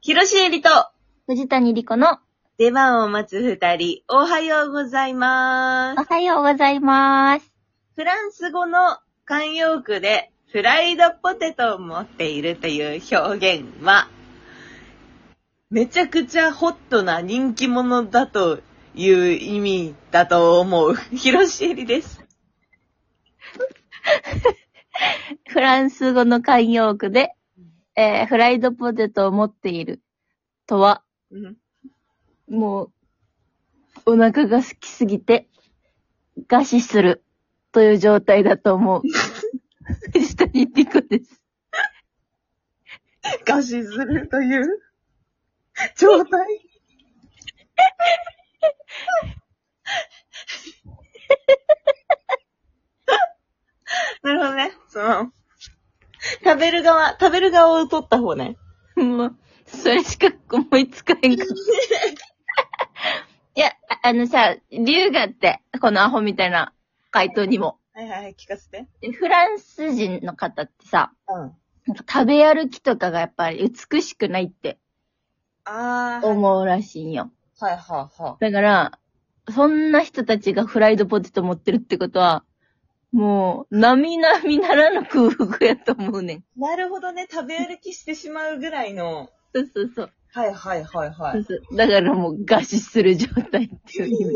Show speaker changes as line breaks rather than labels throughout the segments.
広しえりと、
藤谷莉子の
出番を待つ二人、おはようございま
お
す。
はようございます。
フランス語の慣用句で、フライドポテトを持っているという表現は、めちゃくちゃホットな人気者だという意味だと思う。広しえりです。
フランス語の慣用句で、えーフライドポテトを持っているとは、
うん
もう、お腹が空きすぎて、餓死するという状態だと思う。藤谷莉子です。
餓死するという状態。なるほどね。その、食べる側、食べる側を取った方ね。
もう、それしか思いつかへんかった。いや、ああのさ、理由があって、このアホみたいな回答にも。
はいはいはい、聞かせて。
でフランス人の方ってさ、
うん。
なんか食べ歩きとかがやっぱり美しくないって
あー。
思うらしいんよ。
はいはいは
だから、そんな人たちがフライドポテト持ってるってことは、もう、並々ならぬ空腹やと思うねん。
い。なるほどね、食べ歩きしてしまうぐらいの。
そうそうそう。
はいはいはいは
そう
い。
そうだからもう、餓死する状態っていう意味。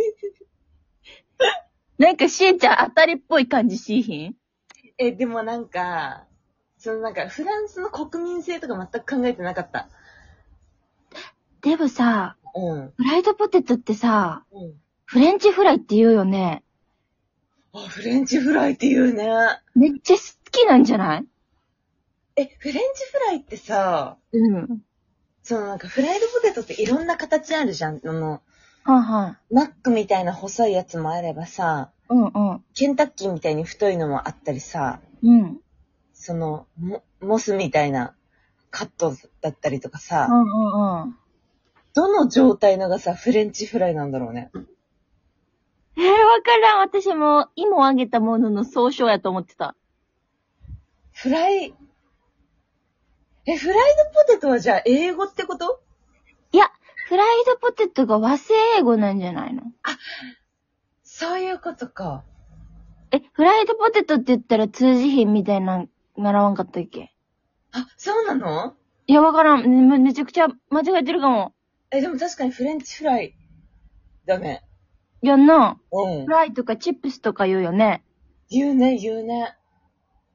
なんか、しえちゃん当たりっぽい感じしーひん
え、でもなんか、そのなんか、フランスの国民性とか全く考えてなかった。
でもさ、
うん。
フライドポテトってさ、
うん。
フレンチフライって言うよね。
あ、フレンチフライって言うね。
めっちゃ好きなんじゃない
え、フレンチフライってさ、
うん。
そのなんかフライドポテトっていろんな形あるじゃん。あの、
はいはい。
マックみたいな細いやつもあればさ、
うんうん。
ケンタッキーみたいに太いのもあったりさ、
うん。
その、モモスみたいなカットだったりとか
う
さ、
んうんうん。
どの状態のがさ、フレンチフライなんだろうね。
えー、わからん。私も、芋をあげたものの総称やと思ってた。
フライ、え、フライドポテトはじゃあ英語ってこと
いや、フライドポテトが和製英語なんじゃないの
そういうことか。
え、フライドポテトって言ったら通じ品みたいなん、習わんかったっけ
あ、そうなの
いや、わからん。めめちゃくちゃ間違えてるかも。
え、でも確かにフレンチフライだね。
いやんな。
うん
フ。ライとかチップスとか言うよね。
言うね、言うね。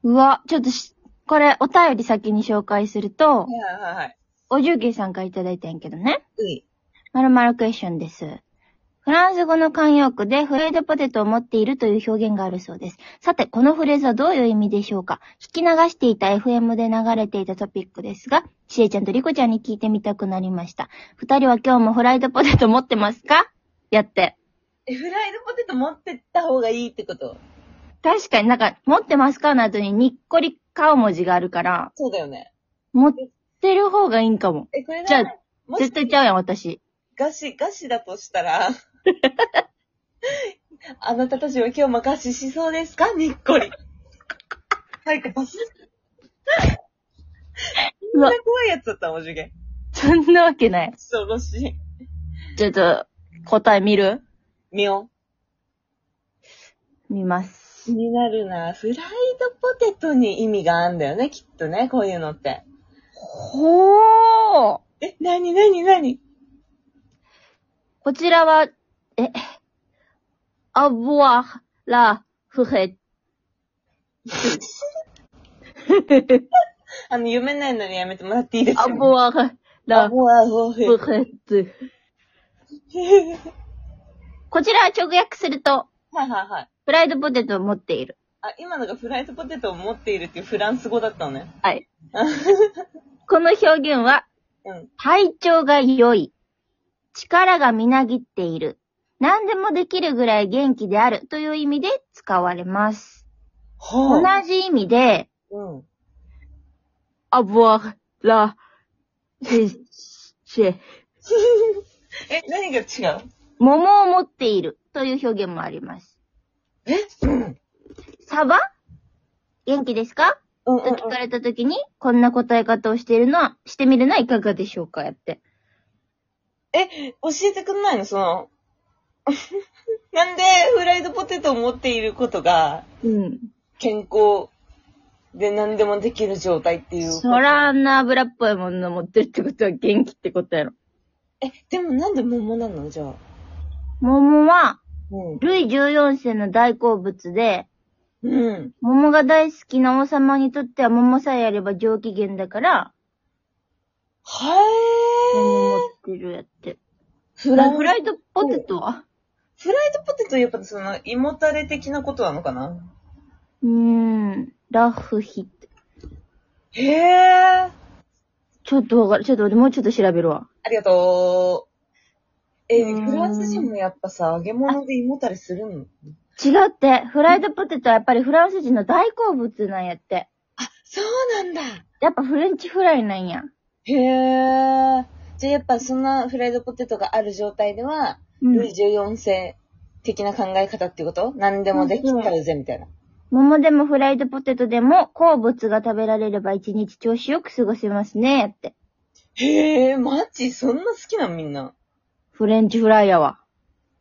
うわ、ちょっとし、これ、お便り先に紹介する
は、
と
いはいはい。
おじゅうけいさんからいただいたんやけどね。
うい。
まるまるクエスチョンです。フランス語の慣用句でフレードポテトを持っているという表現があるそうです。さて、このフレーズはどういう意味でしょうか聞き流していた FM で流れていたトピックですが、ちえちゃんとりこちゃんに聞いてみたくなりました。二人は今日もフライドポテト持ってますかやって。
え、フライドポテト持ってった方がいいってこと
確かになんか、持ってますかの後ににっこり顔文字があるから、
そうだよね。
持ってる方がいいんかも。
え、これな
じゃあ、
もし
絶対ちゃうやん、私。
ガシ、ガシだとしたら、 あなたたちは今日もガシしそうですかにっこり。はい、ガシ。
う
そん
わ
な、怖いやつだったもん、受験。
そんなわけない。
恐ろしい。
ちょっと、答え見る
みよ
見ます。
う。気になるな。フライドポテトに意味があんだよね、きっとね、こういうのって。
ほー
え、なになになに
こちらは、え、アボアラフヘ。
あの、読めないのにやめてもらっていいですか
アボア
ア
ラ
ボアホフ
フヘツ。こちらは直訳すると、
はいはいはい。
フライドポテトを持っている。
あ、今のがフライドポテトを持っているっていうフランス語だったのね。
はい。 この表現は、
うん。
体調が良い。力がみなぎっている。何でもできるぐらい元気であるという意味で使われます。同
は
じ意味で、
ぁ。うん。
アボアラフェシェ。
え、何が違う
桃を持っているという表現もあります。
えうん。
サバ元気ですか
うんうんう
と
ん
聞かれた時に、こんな答え方をしているのは、してみるのはいかがでしょうかやって。
教えてくんないのその、 なんでフライドポテトを持っていることが
うん。
健康で何でもできる状態っていう。
そら、あんな油っぽいもの持ってるってことは元気ってことやろ。
え、でもなんで桃なのじゃあ。
桃は、
うん。
ルイ14世の大好物で、
うん。
桃が大好きな王様にとっては桃さえあれば上機嫌だから、
は
桃持ってるやって。
えー。フ
フ
ラ
ラ
イ
イドポテトは
フライドポテトやっぱその、胃もたれ的なことなのかな
うーん、ラフヒ。
へえ。
ちょっとわかる。ちょっと待って、もうちょっと調べるわ。
ありがとう。え
うーん
フランス人もやっぱさ、揚げ物で胃もたれするの
違って、フライドポテトはやっぱりフランス人の大好物なんやって。
そうなんだ。
やっぱフレンチフライなんや。
へえ。じゃあやっぱそんなフライドポテトがある状態では、
うん
ルイ14世的な考え方っていうこと何でもできたらぜ、みたいな。
桃でもフライドポテトでも好物が食べられれば一日調子よく過ごせますね、やって。
へえ、マジそんな好きなんみんな。
フレンチフライやわ。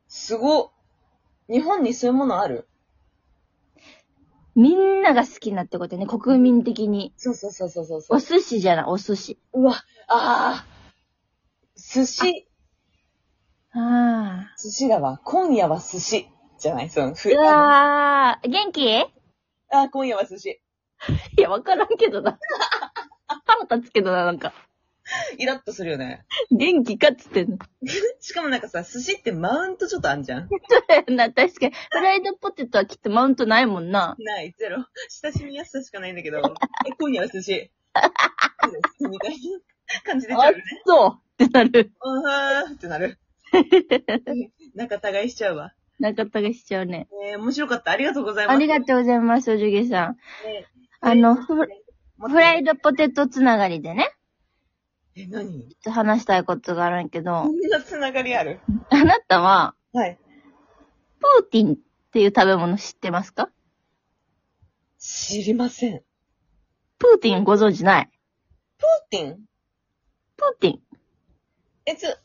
すごっ。日本にそういうものある
みんなが好きなってことね、国民的に。
そうそうそうそうそうそう
お。寿司じゃない、お寿司。
うわ、ああ。寿司、
ああ。
寿司だわ。今夜は寿司。じゃない、その、ふ
うわー、元気い
あ、今夜は寿司。
や、わからんけどな。腹立つけどな、なんか。
イラッとするよね。
元気かっつってんの。
しかもなんかさ、寿司ってマウントちょっとあんじゃん
そうや な、確かに。フライドポテトはきっとマウントないもんな。
ない、ゼロ。親しみやすさしかないんだけど、え、今夜は寿 司。そうですみたいな感じで
あ、そうってなる。
うーんってなる。 仲違いしちゃうわ。
仲たがしちゃうね。
えー、面白かった。ありがとうございます。
ありがとうございます、おじゅげさん。
ね
あの、フ
もっと
フライドポテトつながりでね、
え、何
ちょっと話したいことがあるんやけ
こ
ど、
んなつながりある
あなたは、
はい。
ポーティンっていう食べ物知ってますか
知りません。
プーティンご存知ない。
プーティン
プー ティン。
え、ちょ、プ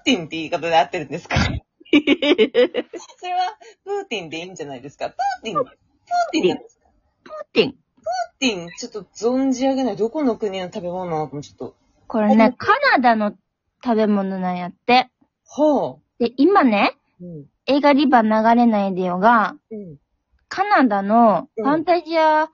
ーティンって言い方で合ってるんですか それは、プーティンでいいんじゃないですかプーティン、プーティンなんですか
プーティン。
プーティン、ちょっと存じ上げない。どこの国の食べ物なのかもちょっと。
これね、カナダの食べ物なんやって。
は
で、今ね、
あ。うん。
映画リバ流れないでよが、
うん。
カナダのファンタジア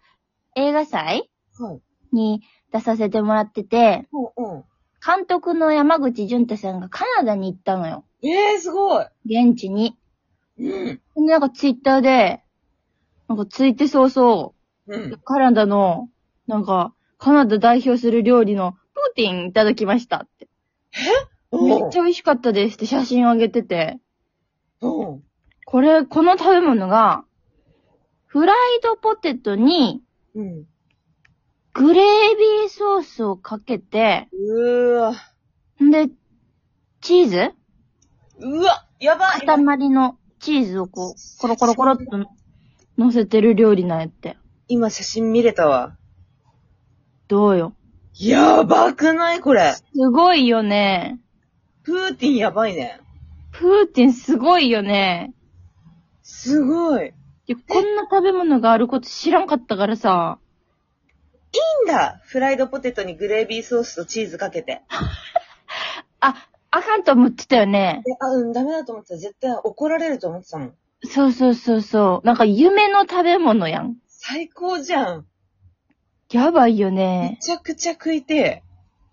映画祭
はい。
に出させてもらってて、
ほう、うん。
監督の山口淳太さんがカナダに行ったのよ。
ええー、すごい。
現地に。
うん。
で、なんかツイッターで、なんかついて早々、
うん。
カナダの、なんか、カナダ代表する料理のプーティンいただきましたって。めっち
ゃ。
ゃ美味しかったですって写真をあげてて、
うん。
これ、この食べ物が、フライドポテトに
うん。
グレービーソースをかけて、
うーわ。
んで、チーズ
うわ、やばい。
塊のチーズをこう、コロコロコロっと乗せてる料理なんやって。
今写真見れたわ。
どうよ。
やばくないこれ。
すごいよね。
プーティンやばいね。
プーティンすごいよね。
すごい。いい
いやこんな食べ物があること知らんかったからさ。
んだ。フライドポテトにグレービーソースとチーズかけて。
あ、あかんと思ってたよね。
え、あ、うん、ダメだと思ってた。絶対怒られると思ってたもん。
そうそうそうそう。なんか夢の食べ物やん。
最高じゃん。
やばいよ
め
ね。
ちゃくちゃ食いて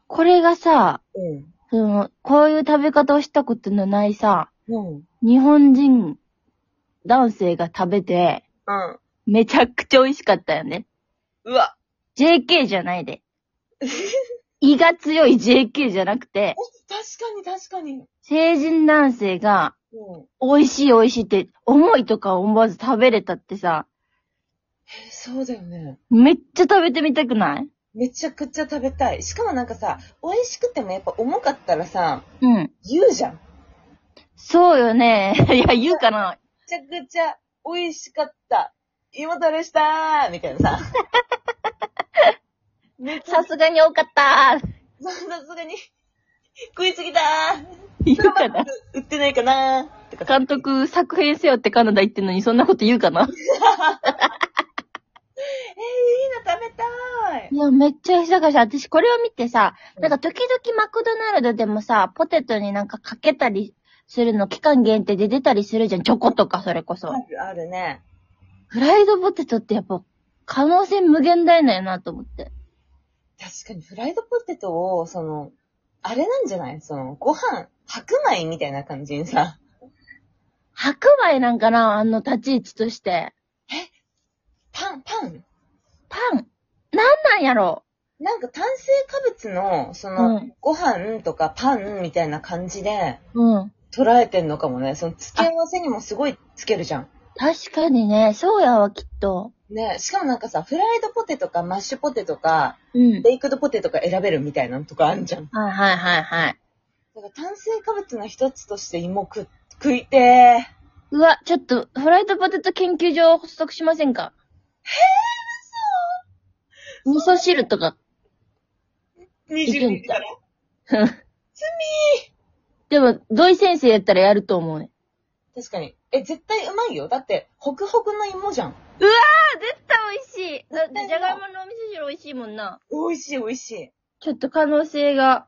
これがさ、
え。うん。
その、こういう食べ方をしたことのないさ、
うん。うん。
日本人男性が食べて、めちゃくちゃ美味しかったよね。
うわ。
JK じゃないで。胃が強い JK じゃなくて、
確かに確かに。
成人男性が
うん。
美味しい美味しいって、思いとか思わず食べれたってさ、
えそうだよね。
めっちゃ食べてみたくない
めちゃくちゃ食べたい。しかもなんかさ、美味しくてもやっぱ重かったらさ、
うん。
言うじゃん。
そうよね。 いや、言うかな。
め ちゃくちゃ美味しかった。胃もたれしたーみたいなさ。めちゃ
さすがに多かっ
さ
た
すがに、食いすぎた
言
ー。
うかな
売ってないかなー。とか
監督、作品せよってカナダ言ってんのに、そんなこと言うかな
えー、いいの食べたい。
いや、めっちゃ久々。私、これを見てさ、なんか時々マクドナルドでもさ、ポテトになんかかけたりするの、期間限定で出たりするじゃん。チョコとか、それこそ。
るあるね。
フライドポテトってやっぱ、可能性無限大なんやなと思って。
確かにフライドポテトを、その、あれなんじゃないその、ご飯、白米みたいな感じにさ。
白米なんかなあの立ち位置として。
パン、パン
パンなんなんやろ
なんか炭水化物の、そうの、
ん。
ご飯とかパンみたいな感じで
うん。
捉えてんのかもね。その、付け合わせにもすごいつけるじゃん。
確かにね、そうやわ、きっと。
ねしかもなんかさ、フライドポテトかマッシュポテトか、
うん。
ベイクドポテトか選べるみたいなのとかあんじゃん。
はいはいはいはい。
だから炭水化物の一つとして芋食、食いてー。
うわ、ちょっと、フライドポテト研究所を発足しませんかへぇ、嘘味噌汁とか。いけん
22
ちゃ
か
う
ら。
でも、土井先生やったらやると思うね。
確かに。え、絶対うまいよ。だって、ホクホクの芋じゃん。
あ、絶対美味しい。だって、じ
じ
ゃ
ゃ
が
が
い
い
ものお味噌汁美味しいもんな。
美味しい美味しい。
ちょっと可能性が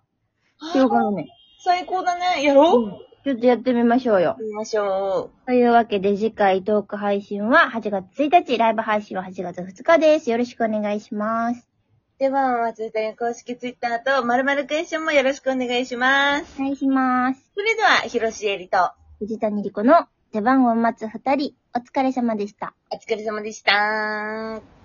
広が
あー
るね。
最高だね。やろう、や
ちょっとやってみましょうよ。
りましょ
というわけで次回トーク配信は8月1日、ライブ配信は8月2日です。よろしくお願いします。
う。では、松井谷公式ツイッターと、まるまるクエスチョンもよろしくお願いします。
お願いします。
それでは、広しえりと、
藤谷莉子の出番を待つ2人、お疲れ様でした。
お疲れ様でした。